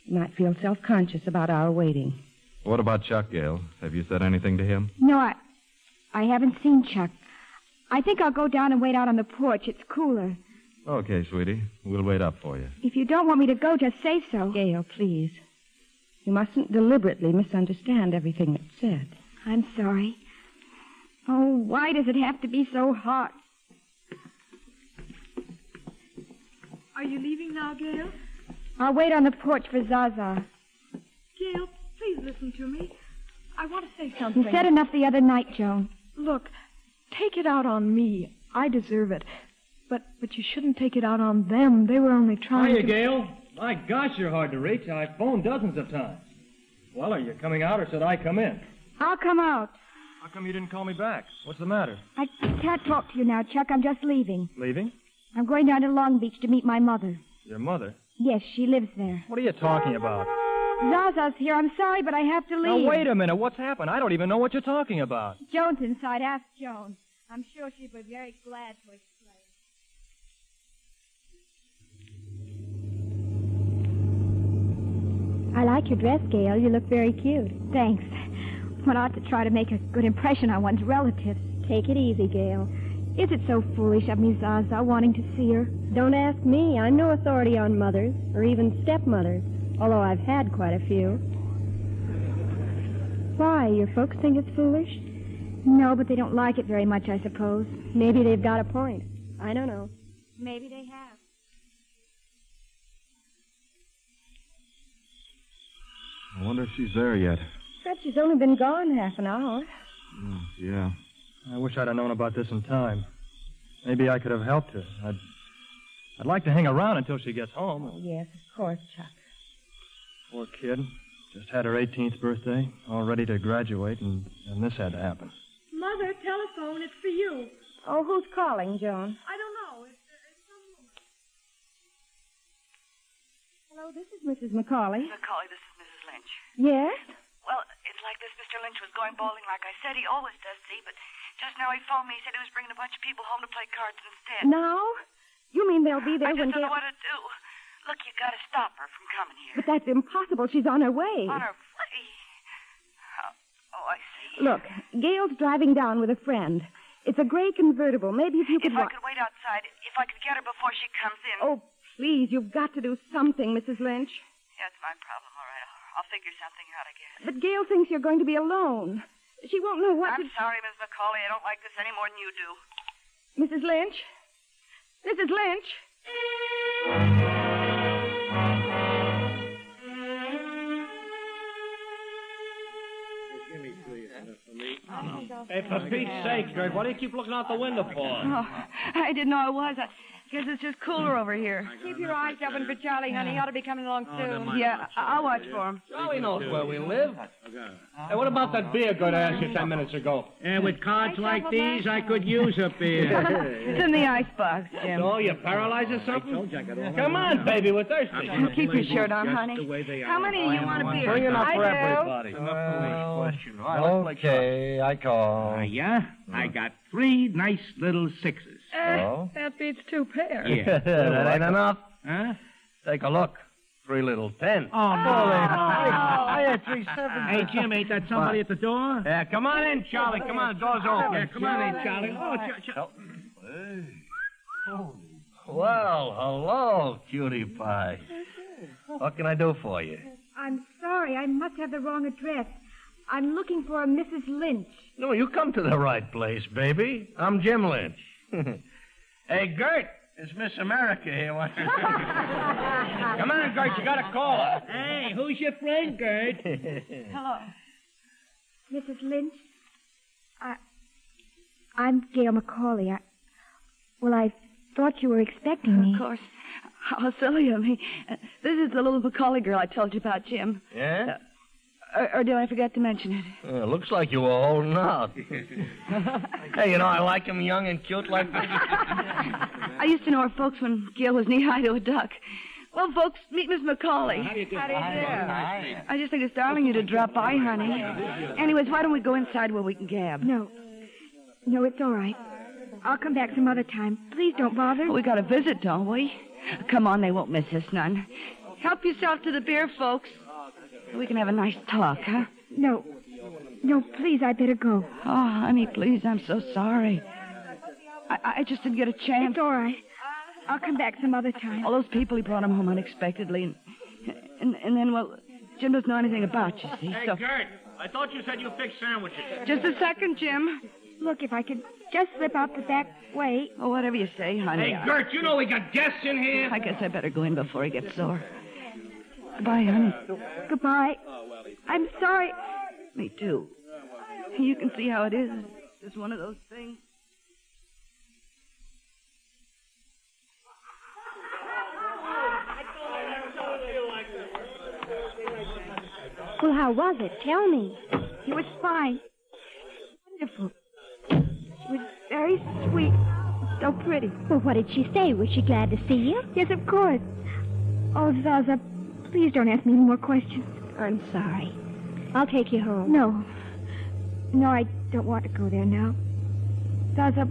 G: You might feel self conscious about our waiting.
H: What about Chuck, Gail? Have you said anything to him?
F: No, I. I haven't seen Chuck. I think I'll go down and wait out on the porch. It's cooler.
H: Okay, sweetie. We'll wait up for you.
F: If you don't want me to go, just say so.
G: Gail, please. You mustn't deliberately misunderstand everything that's said.
F: I'm sorry. Oh, why does it have to be so hot?
D: Are you leaving now, Gail?
F: I'll wait on the porch for Zaza.
D: Gail, please listen to me. I want to say
F: You
D: something.
F: said enough the other night, Joan.
D: Look, take it out on me. I deserve it. But but you shouldn't take it out on them. They were only trying
E: Hiya,
D: to.
E: Gail. My gosh, you're hard to reach. I've phoned dozens of times. Well, are you coming out or should I come in?
F: I'll come out.
E: How come you didn't call me back? What's the matter?
F: I can't talk to you now, Chuck. I'm just leaving.
E: Leaving?
F: I'm going down to Long Beach to meet my mother.
E: Your mother?
F: Yes, she lives there.
E: What are you talking about?
F: Zaza's here. I'm sorry, but I have to
E: Now,
F: leave.
E: wait a minute. What's happened? I don't even know what you're talking about.
F: Joan's inside. Ask Joan. I'm sure she'd be very glad to explain. I like your dress, Gail. You look very cute. Thanks. One ought to try to make a good impression on one's relatives. Take it easy, Gail. Is it so foolish of me, Zaza, wanting to see her?
M: Don't ask me. I'm no authority on mothers, or even stepmothers, although I've had quite a few. Why? Your folks think it's foolish?
F: No, but they don't like it very much, I suppose.
M: Maybe they've got a point. I don't know.
F: Maybe they have.
H: I wonder if she's there yet.
G: Fred, she's only been gone half an hour.
H: Yeah.
E: I wish I'd have known about this in time. Maybe I could have helped her. I'd, I'd like to hang around until she gets home.
G: Yes, of course, Chuck.
E: Poor kid. Just had her 18th birthday, all ready to graduate, and, and this had to happen.
D: Mother, telephone. It's for you.
G: Oh, who's calling, Joan?
D: I don't know. It's, it's some woman.
G: Hello, this is Mrs. McCauley.
N: McCauley, this is Mrs. Lynch.
G: Yes?
N: Well, it's like this. Mr. Lynch was going bowling like I said he always does, see, but just now he phoned me. He said he was bringing a bunch of people home to play cards instead.
G: Now? You mean they'll be there
N: I
G: when
N: just don't
G: Gail.
N: know what to do. Look, you got to stop her from coming here.
G: But that's impossible. She's on her way.
N: On her way. Oh, oh I see.
G: Look, Gail's driving down with a friend. It's a gray convertible. Maybe if you could
N: If I
G: wa-
N: could wait outside, if I could get her before she comes in.
G: Oh, please, you've got to do something, Mrs. Lynch.
N: Yeah, it's my problem. All right, I'll, I'll figure something out, I guess.
G: But Gail thinks you're going to be alone. She won't know what
N: I'm
G: to.
N: sorry, Miss McCauley. I don't like this any more than you do.
D: Mrs. Lynch? Mrs. Lynch?
C: Hey, for Pete's sake, Gert, why do you keep looking out the window for?
O: Oh, I didn't know I was. I guess it's just cooler over here.
G: Keep your eyes open for Charlie, honey. He ought to be coming along
O: Oh, don't
G: soon.
O: mind Yeah, about Charlie, I'll watch will you? for him.
C: Charlie knows where we live.
P: Hey, what about that beer Gert asked you ten minutes ago?
C: Yeah, with cards like these, I could
P: use
C: a
O: [laughs] it's in the icebox, Jim.
C: Oh, you paralyzed or something? Come on, baby, we're thirsty.
O: You keep your shirt on, honey. How many do you want to be?
C: Bring it up
O: I
C: for
O: do.
C: everybody.
Q: Okay, I call. Ah, yeah?
P: Hmm.
Q: I got three nice little sixes.
D: Eh,
Q: Oh.
D: That beats two pairs.
Q: Yeah.
P: Uh, [laughs] that ain't enough.
Q: Huh?
P: Take a look. Three little tens.
Q: Oh,
P: I had three
Q: Hey, Jim, ain't that somebody at the door?
P: Yeah, come on in, Charlie. Come on, door's open.
Q: Yeah, come on in, Charlie. Oh, Ch- Ch-
P: Well, hello, cutie pie. What can I do for you?
F: I'm sorry. I must have the wrong address. I'm looking for a Mrs. Lynch.
P: No, you come to the right place, baby. I'm Jim
C: [laughs]
P: Lynch. hey, Gert, it's Miss America here.
C: [laughs]
P: Wants to come on, Gert, you gotta call her.
C: Hey, who's your friend,
P: [laughs]
C: Gert?
F: Hello. Mrs. Lynch? I, I'm Gail McCauley. I, well, I thought you were expecting me. Of course.
O: How silly of me. Uh, This is the little Macaulay girl I told you about, Jim.
P: Yeah?
O: Or, or did I forget to mention it?
P: Uh, looks like you were holding out. [laughs] hey, you know, I like him young and cute like
C: [laughs]
P: this.
O: I used to know her folks when Gail was [laughs] knee high to a duck. Well, folks, meet Miss Macaulay.
C: How do you do?
O: How do you
C: Hi,
O: do?
C: Macaulay.
O: I just think it's darling you to drop by, honey. Anyways, why don't we go inside where we can gab?
F: No. No, it's all right. I'll come back some other time. Please don't bother.
O: We got a visit, don't we? Come on, they won't miss us none. Help yourself to the beer, folks. We can have a nice talk, huh?
F: No. No, please, I better go.
O: Oh, honey, please, I'm so sorry. I, I just didn't get a chance. It's
F: all right. I'll come back some other time.
O: All those people, he brought him home unexpectedly, and, and, and then, well, Jim doesn't know anything about you, see?
C: Hey,
O: so...
C: Gert, I thought you said you fixed sandwiches.
O: Just a second, Jim.
F: Look, if I could just slip out the back way.
O: Oh, whatever you say, honey.
C: Hey, Gert, you know we got guests in here.
O: I guess I better go in before he gets sore. Goodbye, honey.
F: Goodbye. I'm sorry.
O: Me too. You can see how it is. It's one of those things.
F: Well, how was it? Tell me. It was fine. Wonderful. She was very sweet. So pretty. Well, what did she say? Was she glad to see you? Yes, of course. Oh, Zaza, please don't ask me any more questions. I'm sorry. I'll take you home. No. No, I don't want to go there now. Zaza,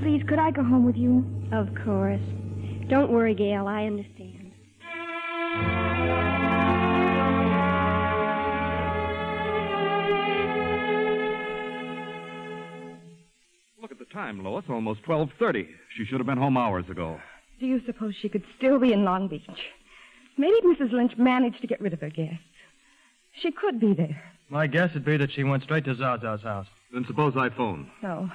F: please, could I go home with you? Of course. Don't worry, Gail. I understand.
H: Look at the time, Lois. Almost 12.30. She should have been home hours ago.
G: Do you suppose she could still be in Long Beach? Maybe Mrs. Lynch managed to get rid of her guests. She could be there.
E: My guess would be that she went straight to Zaza's house.
H: Then suppose I phone.
G: No.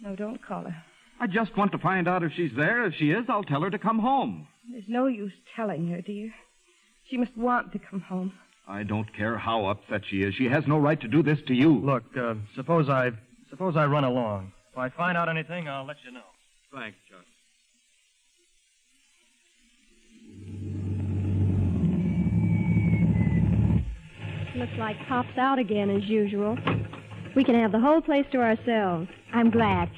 G: No, don't call her.
H: I just want to find out if she's there. If she is, I'll tell her to come home.
G: There's no use telling her, dear. She must want to come home.
H: I don't care how upset she is. She has no right to do this to you.
E: Look, uh, suppose I suppose I run along. If I find out anything, I'll let you know.
H: Thanks, Chuck.
F: Looks like Pop's out again as usual. We can have the whole place to ourselves. I'm glad.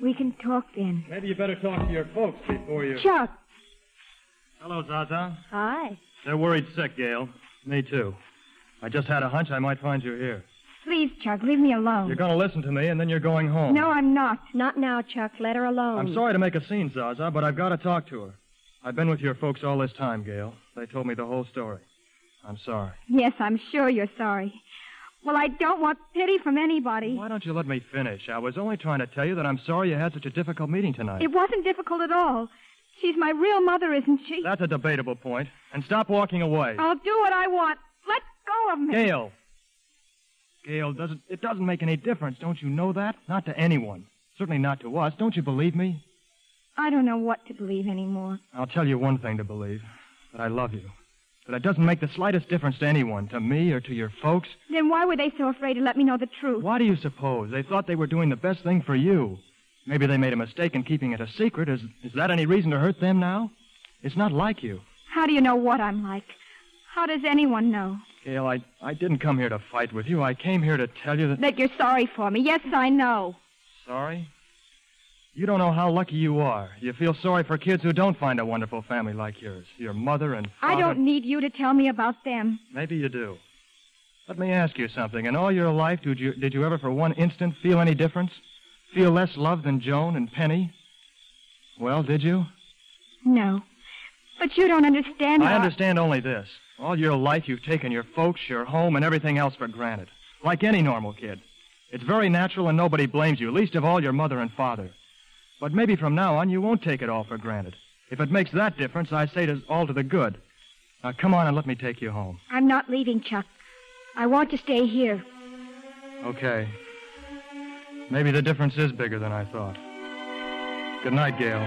F: We can talk then.
E: Maybe you better talk to your folks before you.
F: Chuck.
E: Hello, Zaza.
F: Hi.
E: They're worried sick, Gail. Me too. I just had a hunch I might find you here.
F: Please, Chuck, leave me alone.
E: You're going to listen to me, and then you're going home.
F: No, I'm not. Not now, Chuck. Let her alone.
E: I'm sorry to make a scene, Zaza, but I've got to talk to her. I've been with your folks all this time, Gail. They told me the whole story. I'm sorry.
F: Yes, I'm sure you're sorry. Well, I don't want pity from anybody.
E: Why don't you let me finish? I was only trying to tell you that I'm sorry you had such a difficult meeting tonight.
F: It wasn't difficult at all. She's my real mother, isn't she?
E: That's a debatable point. And stop walking away.
F: I'll do what I want. Let go of me.
E: Gail. Gail, doesn't it doesn't make any difference, don't you know that? Not to anyone. Certainly not to us. Don't you believe me?
R: I don't know what to believe anymore.
E: I'll tell you one thing to believe that I love you. That it doesn't make the slightest difference to anyone, to me or to your folks.
R: Then why were they so afraid to let me know the truth?
E: Why do you suppose? They thought they were doing the best thing for you. Maybe they made a mistake in keeping it a secret. Is, is that any reason to hurt them now? It's not like you.
R: How do you know what I'm like? How does anyone know?
E: Gail, I, I didn't come here to fight with you. I came here to tell you that.
R: That you're sorry for me. Yes, I know.
E: Sorry? You don't know how lucky you are. You feel sorry for kids who don't find a wonderful family like yours. Your mother and father.
R: I don't need you to tell me about them.
E: Maybe you do. Let me ask you something. In all your life, did you, did you ever for one instant feel any difference? Feel less loved than Joan and Penny? Well, did you?
R: No. But you don't understand.
E: I
R: how-
E: understand only this. All your life, you've taken your folks, your home, and everything else for granted, like any normal kid. It's very natural, and nobody blames you, least of all your mother and father. But maybe from now on, you won't take it all for granted. If it makes that difference, I say it is all to the good. Now, come on and let me take you home.
R: I'm not leaving, Chuck. I want to stay here.
E: Okay. Maybe the difference is bigger than I thought. Good night, Gail.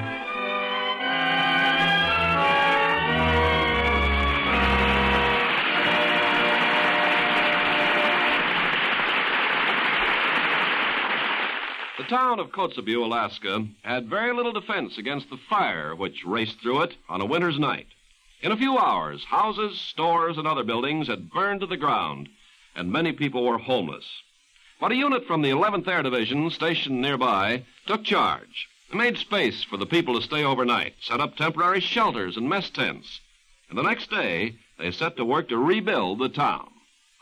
B: The town of Kotzebue, Alaska, had very little defense against the fire which raced through it on a winter's night. In a few hours, houses, stores, and other buildings had burned to the ground, and many people were homeless. But a unit from the 11th Air Division, stationed nearby, took charge. They made space for the people to stay overnight, set up temporary shelters and mess tents, and the next day they set to work to rebuild the town.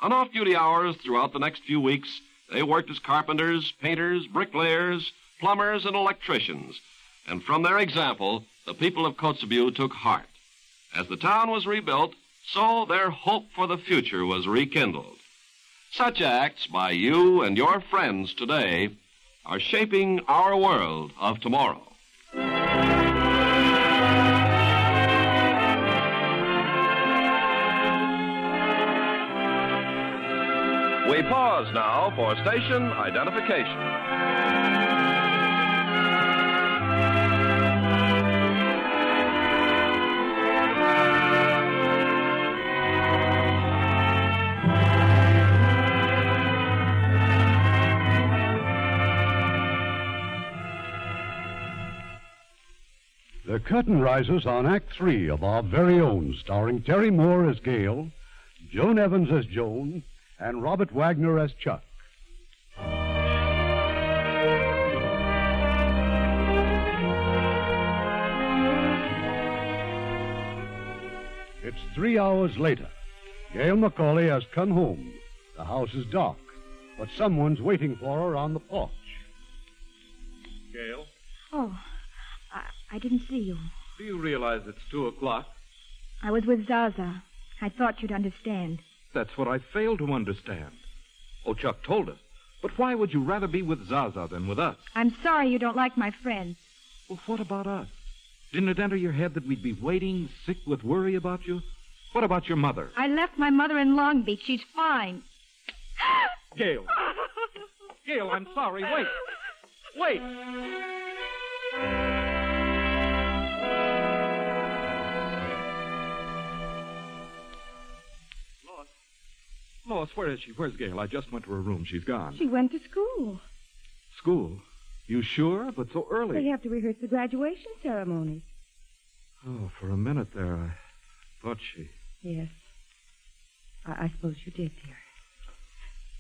B: On off duty hours throughout the next few weeks, they worked as carpenters, painters, bricklayers, plumbers, and electricians. And from their example, the people of Kotzebue took heart. As the town was rebuilt, so their hope for the future was rekindled. Such acts by you and your friends today are shaping our world of tomorrow. We pause now for station identification.
C: The curtain rises on Act Three of our very own, starring Terry Moore as Gale, Joan Evans as Joan, and Robert Wagner as Chuck. It's three hours later. Gail McCauley has come home. The house is dark, but someone's waiting for her on the porch.
S: Gail,
D: Oh, I, I didn't see you.
S: do you realize it's two o'clock?
R: I was with Zaza. I thought you'd understand.
H: That's what I fail to understand. Oh, Chuck told us. But why would you rather be with Zaza than with us?
R: I'm sorry you don't like my friends.
H: Well, what about us? Didn't it enter your head that we'd be waiting, sick with worry about you? What about your mother?
R: I left my mother in Long Beach. She's fine.
H: Gail.
S: Gail, I'm sorry. Wait. Wait.
H: Lois, where is she? Where's Gail? I just went to her room. She's gone.
G: She went to school.
H: School? You sure? But so early.
G: They have to rehearse the graduation ceremony.
H: Oh, for a minute there, I thought she.
G: Yes. I, I suppose you did, dear.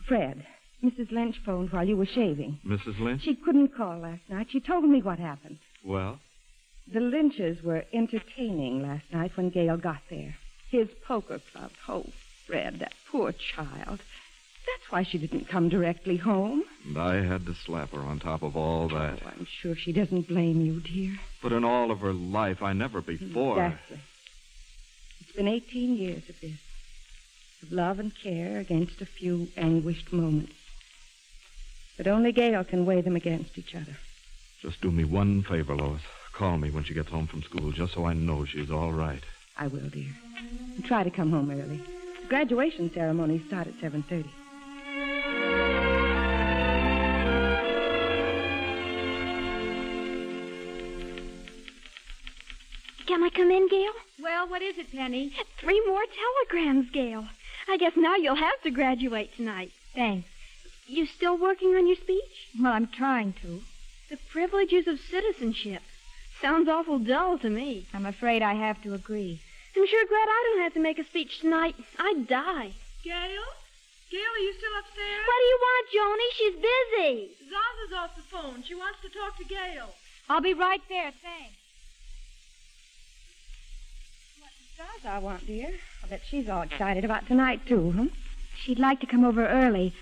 G: Fred, Mrs. Lynch phoned while you were shaving.
H: Mrs. Lynch?
G: She couldn't call last night. She told me what happened.
H: Well,
G: The Lynches were entertaining last night when Gail got there. His poker club. Oh, Fred, that poor child. That's why she didn't come directly home.
H: and I had to slap her on top of all that.
G: Oh, I'm sure she doesn't blame you, dear.
H: But in all of her life, I never before.
G: Exactly. It's been 18 years of this of love and care against a few anguished moments. But only Gail can weigh them against each other.
H: Just do me one favor, Lois. Call me when she gets home from school, just so I know she's all right.
G: I will, dear. And try to come home early. The graduation ceremony starts at 7.30.
I: Can I come in, Gail?
T: Well, what is it, Penny?
I: Three more telegrams, Gail. I guess now you'll have to graduate tonight.
T: Thanks.
I: You still working on your speech?
T: Well, I'm trying to.
I: The privileges of citizenship. Sounds awful dull to me.
T: I'm afraid I have to agree.
I: I'm sure glad I don't have to make a speech tonight. I'd die.
U: Gail? Gail, are you still upstairs?
I: What do you want, Joni? She's busy.
U: Zaza's off the phone. She wants to talk to Gail.
T: I'll be right there, thanks.
G: What does I want, dear? I bet she's all excited about tonight, too, huh?
T: She'd like to come over early.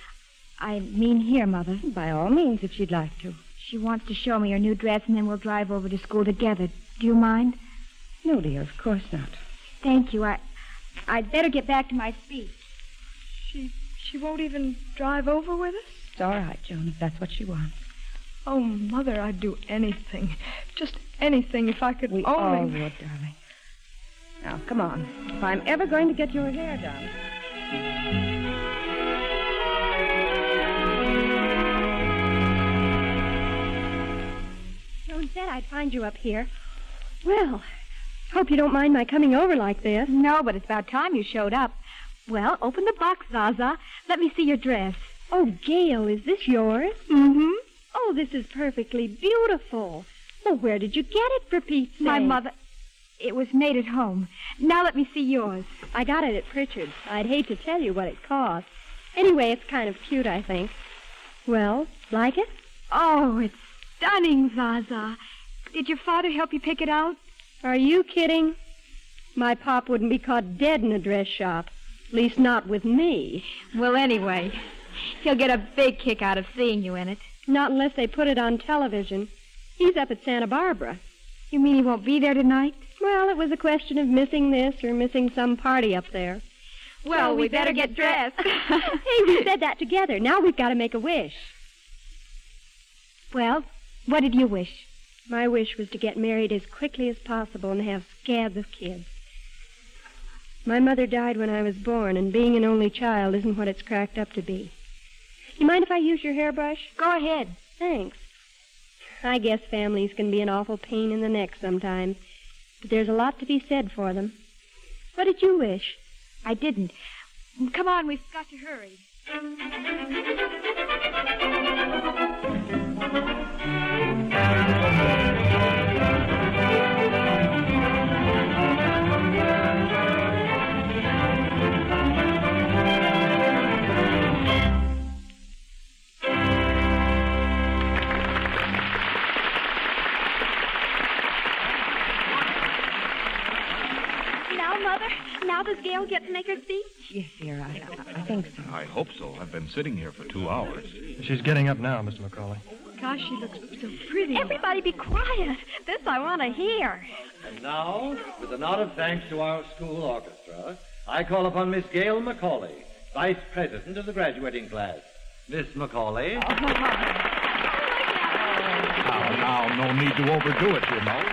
T: I mean here, Mother.
G: By all means, if she'd like to.
T: She wants to show me her new dress, and then we'll drive over to school together. Do you mind?
G: No, dear, of course not.
T: Thank you. I, I'd better get back to my speech.
D: She she won't even drive over with us?
G: It's all right, Joan, if that's what she wants.
D: Oh, Mother, I'd do anything. Just anything if I could
G: We all would,
D: only...
G: Oh, darling. Now, come on. If I'm ever going to get your hair done.
T: Joan said I'd find you up here.
O: Well, hope you don't mind my coming over like this.
T: No, but it's about time you showed up. Well, open the box, Zaza. Let me see your dress.
O: Oh, Gail, is this yours?
T: Mm-hmm.
O: Oh, this is perfectly beautiful. Well, where did you get it, for Pete's
T: My
O: sake?
T: mother. It was made at home. Now let me see yours.
O: I got it at Pritchard's. I'd hate to tell you what it cost. Anyway, it's kind of cute, I think. Well, like it?
T: Oh, it's stunning, Zaza. Did your father help you pick it out?
O: Are you kidding? My pop wouldn't be caught dead in a dress shop. At least not with me.
T: Well, anyway, he'll get a big kick out of seeing you in it.
O: Not unless they put it on television. He's up at Santa Barbara.
T: You mean he won't be there tonight?
O: Well, it was a question of missing this or missing some party up there.
T: Well, we, better, get dressed.
O: [laughs] hey,
T: [laughs]
O: we said that together. Now we've got to make a wish.
T: well, what did you wish?
O: My wish was to get married as quickly as possible and have scabs of kids. My mother died when I was born, and being an only child isn't what it's cracked up to be. You mind if I use your hairbrush?
T: Go ahead.
O: Thanks. I guess families can be an awful pain in the neck sometimes, but there's a lot to be said for them. What did you wish?
T: I didn't. Come on, we've got to hurry.
I: Now, Mother, now does Gail get to make her speech?
G: Yes, dear, I, I think so.
H: I hope so. I've been sitting here for two hours.
V: She's getting up now, Miss McCauley.
D: Gosh, she looks so pretty.
I: Everybody be quiet. This I want to hear.
P: And now, with a nod of thanks to our school orchestra, I call upon Miss Gail Macaulay, Vice President of the graduating class. Miss
H: [laughs]
P: Macaulay.
H: Now, now, no need to overdo it, you know.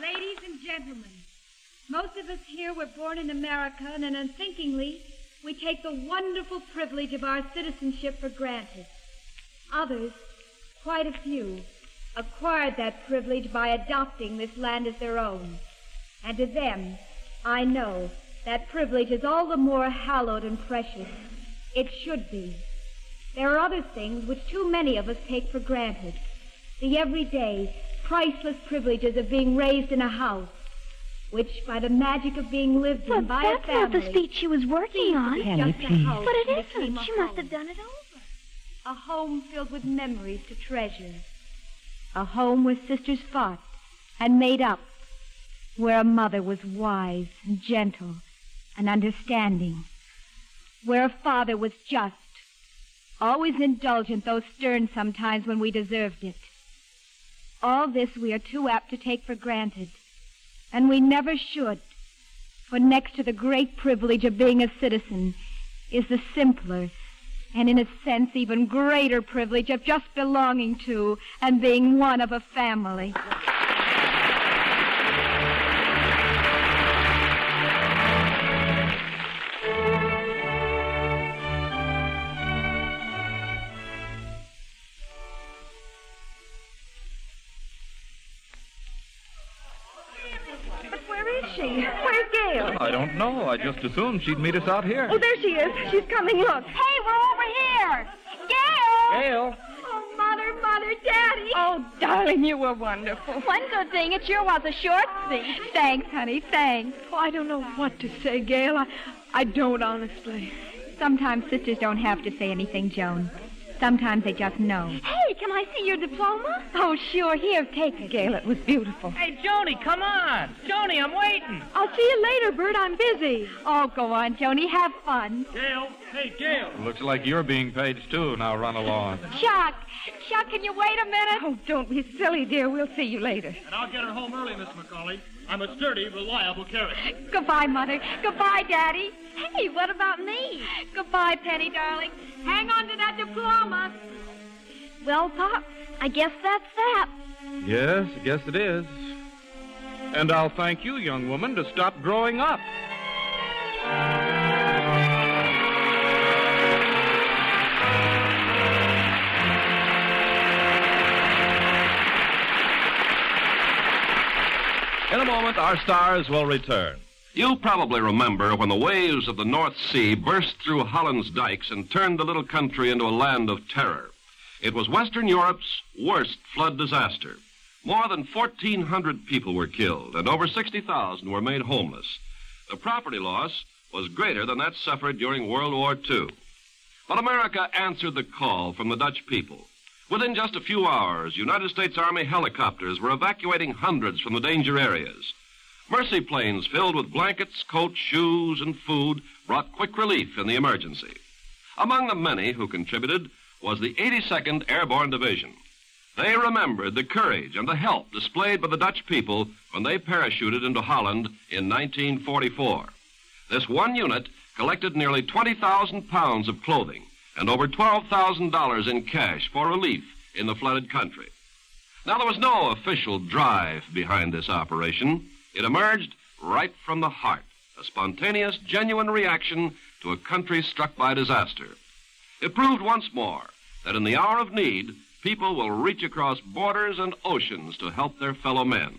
F: Ladies and gentlemen, most of us here were born in America, and unthinkingly, we take the wonderful privilege of our citizenship for granted. Others, quite a few, acquired that privilege by adopting this land as their own. And to them, I know that privilege is all the more hallowed and precious. It should be. There are other things which too many of us take for granted. The everyday, priceless privileges of being raised in a house, which by the magic of being lived in
I: But
F: by
I: that's
F: a family.
I: not the speech she was working on.
F: Penny,
I: but
F: please.
I: it isn't. She must have done it all.
F: A home filled with memories to treasure. A home where sisters fought and made up. Where a mother was wise and gentle and understanding. Where a father was just. Always indulgent, though stern sometimes when we deserved it. All this we are too apt to take for granted. And we never should. For next to the great privilege of being a citizen is the simpler, and in a sense, even greater privilege of just belonging to and being one of a family.
M: she? Where's Gail?
H: I don't know. I just assumed she'd meet us out here.
M: Oh, there she is. She's coming. Look. Hey, we're over here. Gail.
H: Gail.
M: Oh, mother, mother, daddy. Oh,
F: Darling, you were wonderful. One good thing, it sure was a short thing. Thanks, honey, thanks.
D: Oh, I don't know what to say, Gail. I, I don't, honestly.
R: Sometimes sisters don't have to say anything, Joan. Sometimes they just know.
M: Hey, can I see your diploma?
R: Oh, sure. Here, take it. Gail, it was beautiful.
M: Hey, Joni, come on. Joni, I'm waiting. I'll see you later, Bert. I'm busy.
R: Oh, go on, Joni. Have fun.
J: Gail, hey, Gail.
A: Looks like you're being paged too. Now run along.
F: Chuck! Chuck, can you wait a minute? Oh, don't be silly, dear. We'll see you later.
J: And I'll get her home early, Miss McCauley. I'm a sturdy, reliable carriage.
F: Goodbye, Mother. Goodbye, Daddy.
M: Hey, what about me?
F: Goodbye, Penny, darling. Hang on to that diploma.
M: Well, Pop, I guess that's that.
A: Yes, guess it is. And I'll thank you, young woman, to stop growing up.
B: In a moment, our stars will return. You probably remember when the waves of the North Sea burst through Holland's dikes and turned the little country into a land of terror. It was Western Europe's worst flood disaster. More than 1,400 people were killed, and over 60,000 were made homeless. The property loss was greater than that suffered during World War II. But America answered the call from the Dutch people. Within just a few hours, United States Army helicopters were evacuating hundreds from the danger areas. Mercy planes filled with blankets, coats, shoes, and food brought quick relief in the emergency. Among the many who contributed was the 82nd Airborne Division. They remembered the courage and the help displayed by the Dutch people when they parachuted into Holland in 1944. This one unit collected nearly 20,000 pounds of clothing and over $12,000 in cash for relief in the flooded country. Now, there was no official drive behind this operation. It emerged right from the heart, a spontaneous, genuine reaction to a country struck by disaster. It proved once more that in the hour of need, people will reach across borders and oceans to help their fellow men.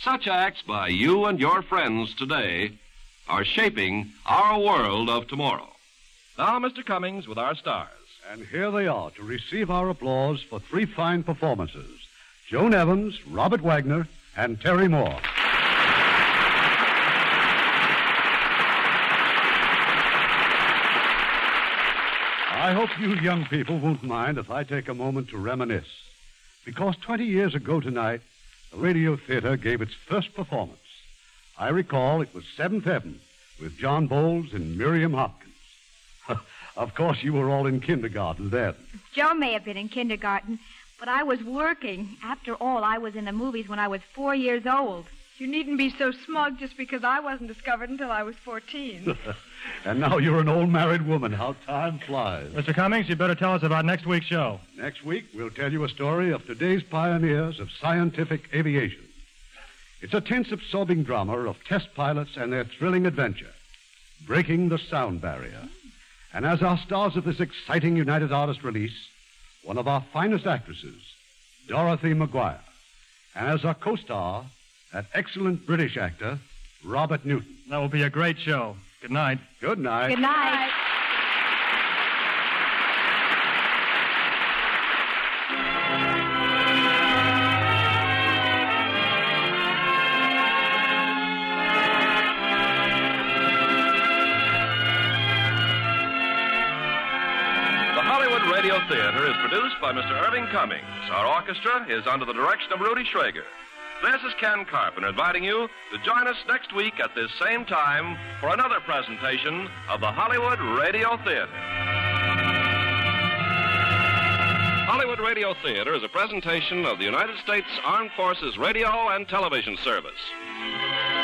B: Such acts by you and your friends today are shaping our world of tomorrow. Now, Mr. Cummings with our stars.
C: And here they are to receive our applause for three fine performances Joan Evans, Robert Wagner, and Terry Moore. I hope you young people won't mind if I take a moment to reminisce. Because 20 years ago tonight, the radio theater gave its first performance. I recall it was Seventh Heaven with John Bowles and Miriam Hopkins. Of course, you were all in kindergarten then.
R: Joe may have been in kindergarten, but I was working. After all, I was in the movies when I was four years old.
D: You needn't be so smug just because I wasn't discovered until I was
E: [laughs]
D: 14.
C: and now you're an old married woman. How time flies.
E: Mr. Cummings, you better tell us about next week's show.
C: Next week, we'll tell you a story of today's pioneers of scientific aviation. It's a tense, absorbing drama of test pilots and their thrilling adventure, breaking the sound barrier. And as our stars of this exciting United Artists release, one of our finest actresses, Dorothy McGuire. And as our co star, that excellent British actor, Robert Newton.
E: That will be a great show. Good night.
C: Good night.
R: Good night.
B: The Hollywood Radio Theater is produced by Mr. Irving Cummings. Our orchestra is under the direction of Rudy Schrager. This is Ken Carpenter inviting you to join us next week at this same time for another presentation of the Hollywood Radio Theater. Hollywood Radio Theater is a presentation of the United States Armed Forces Radio and Television Service.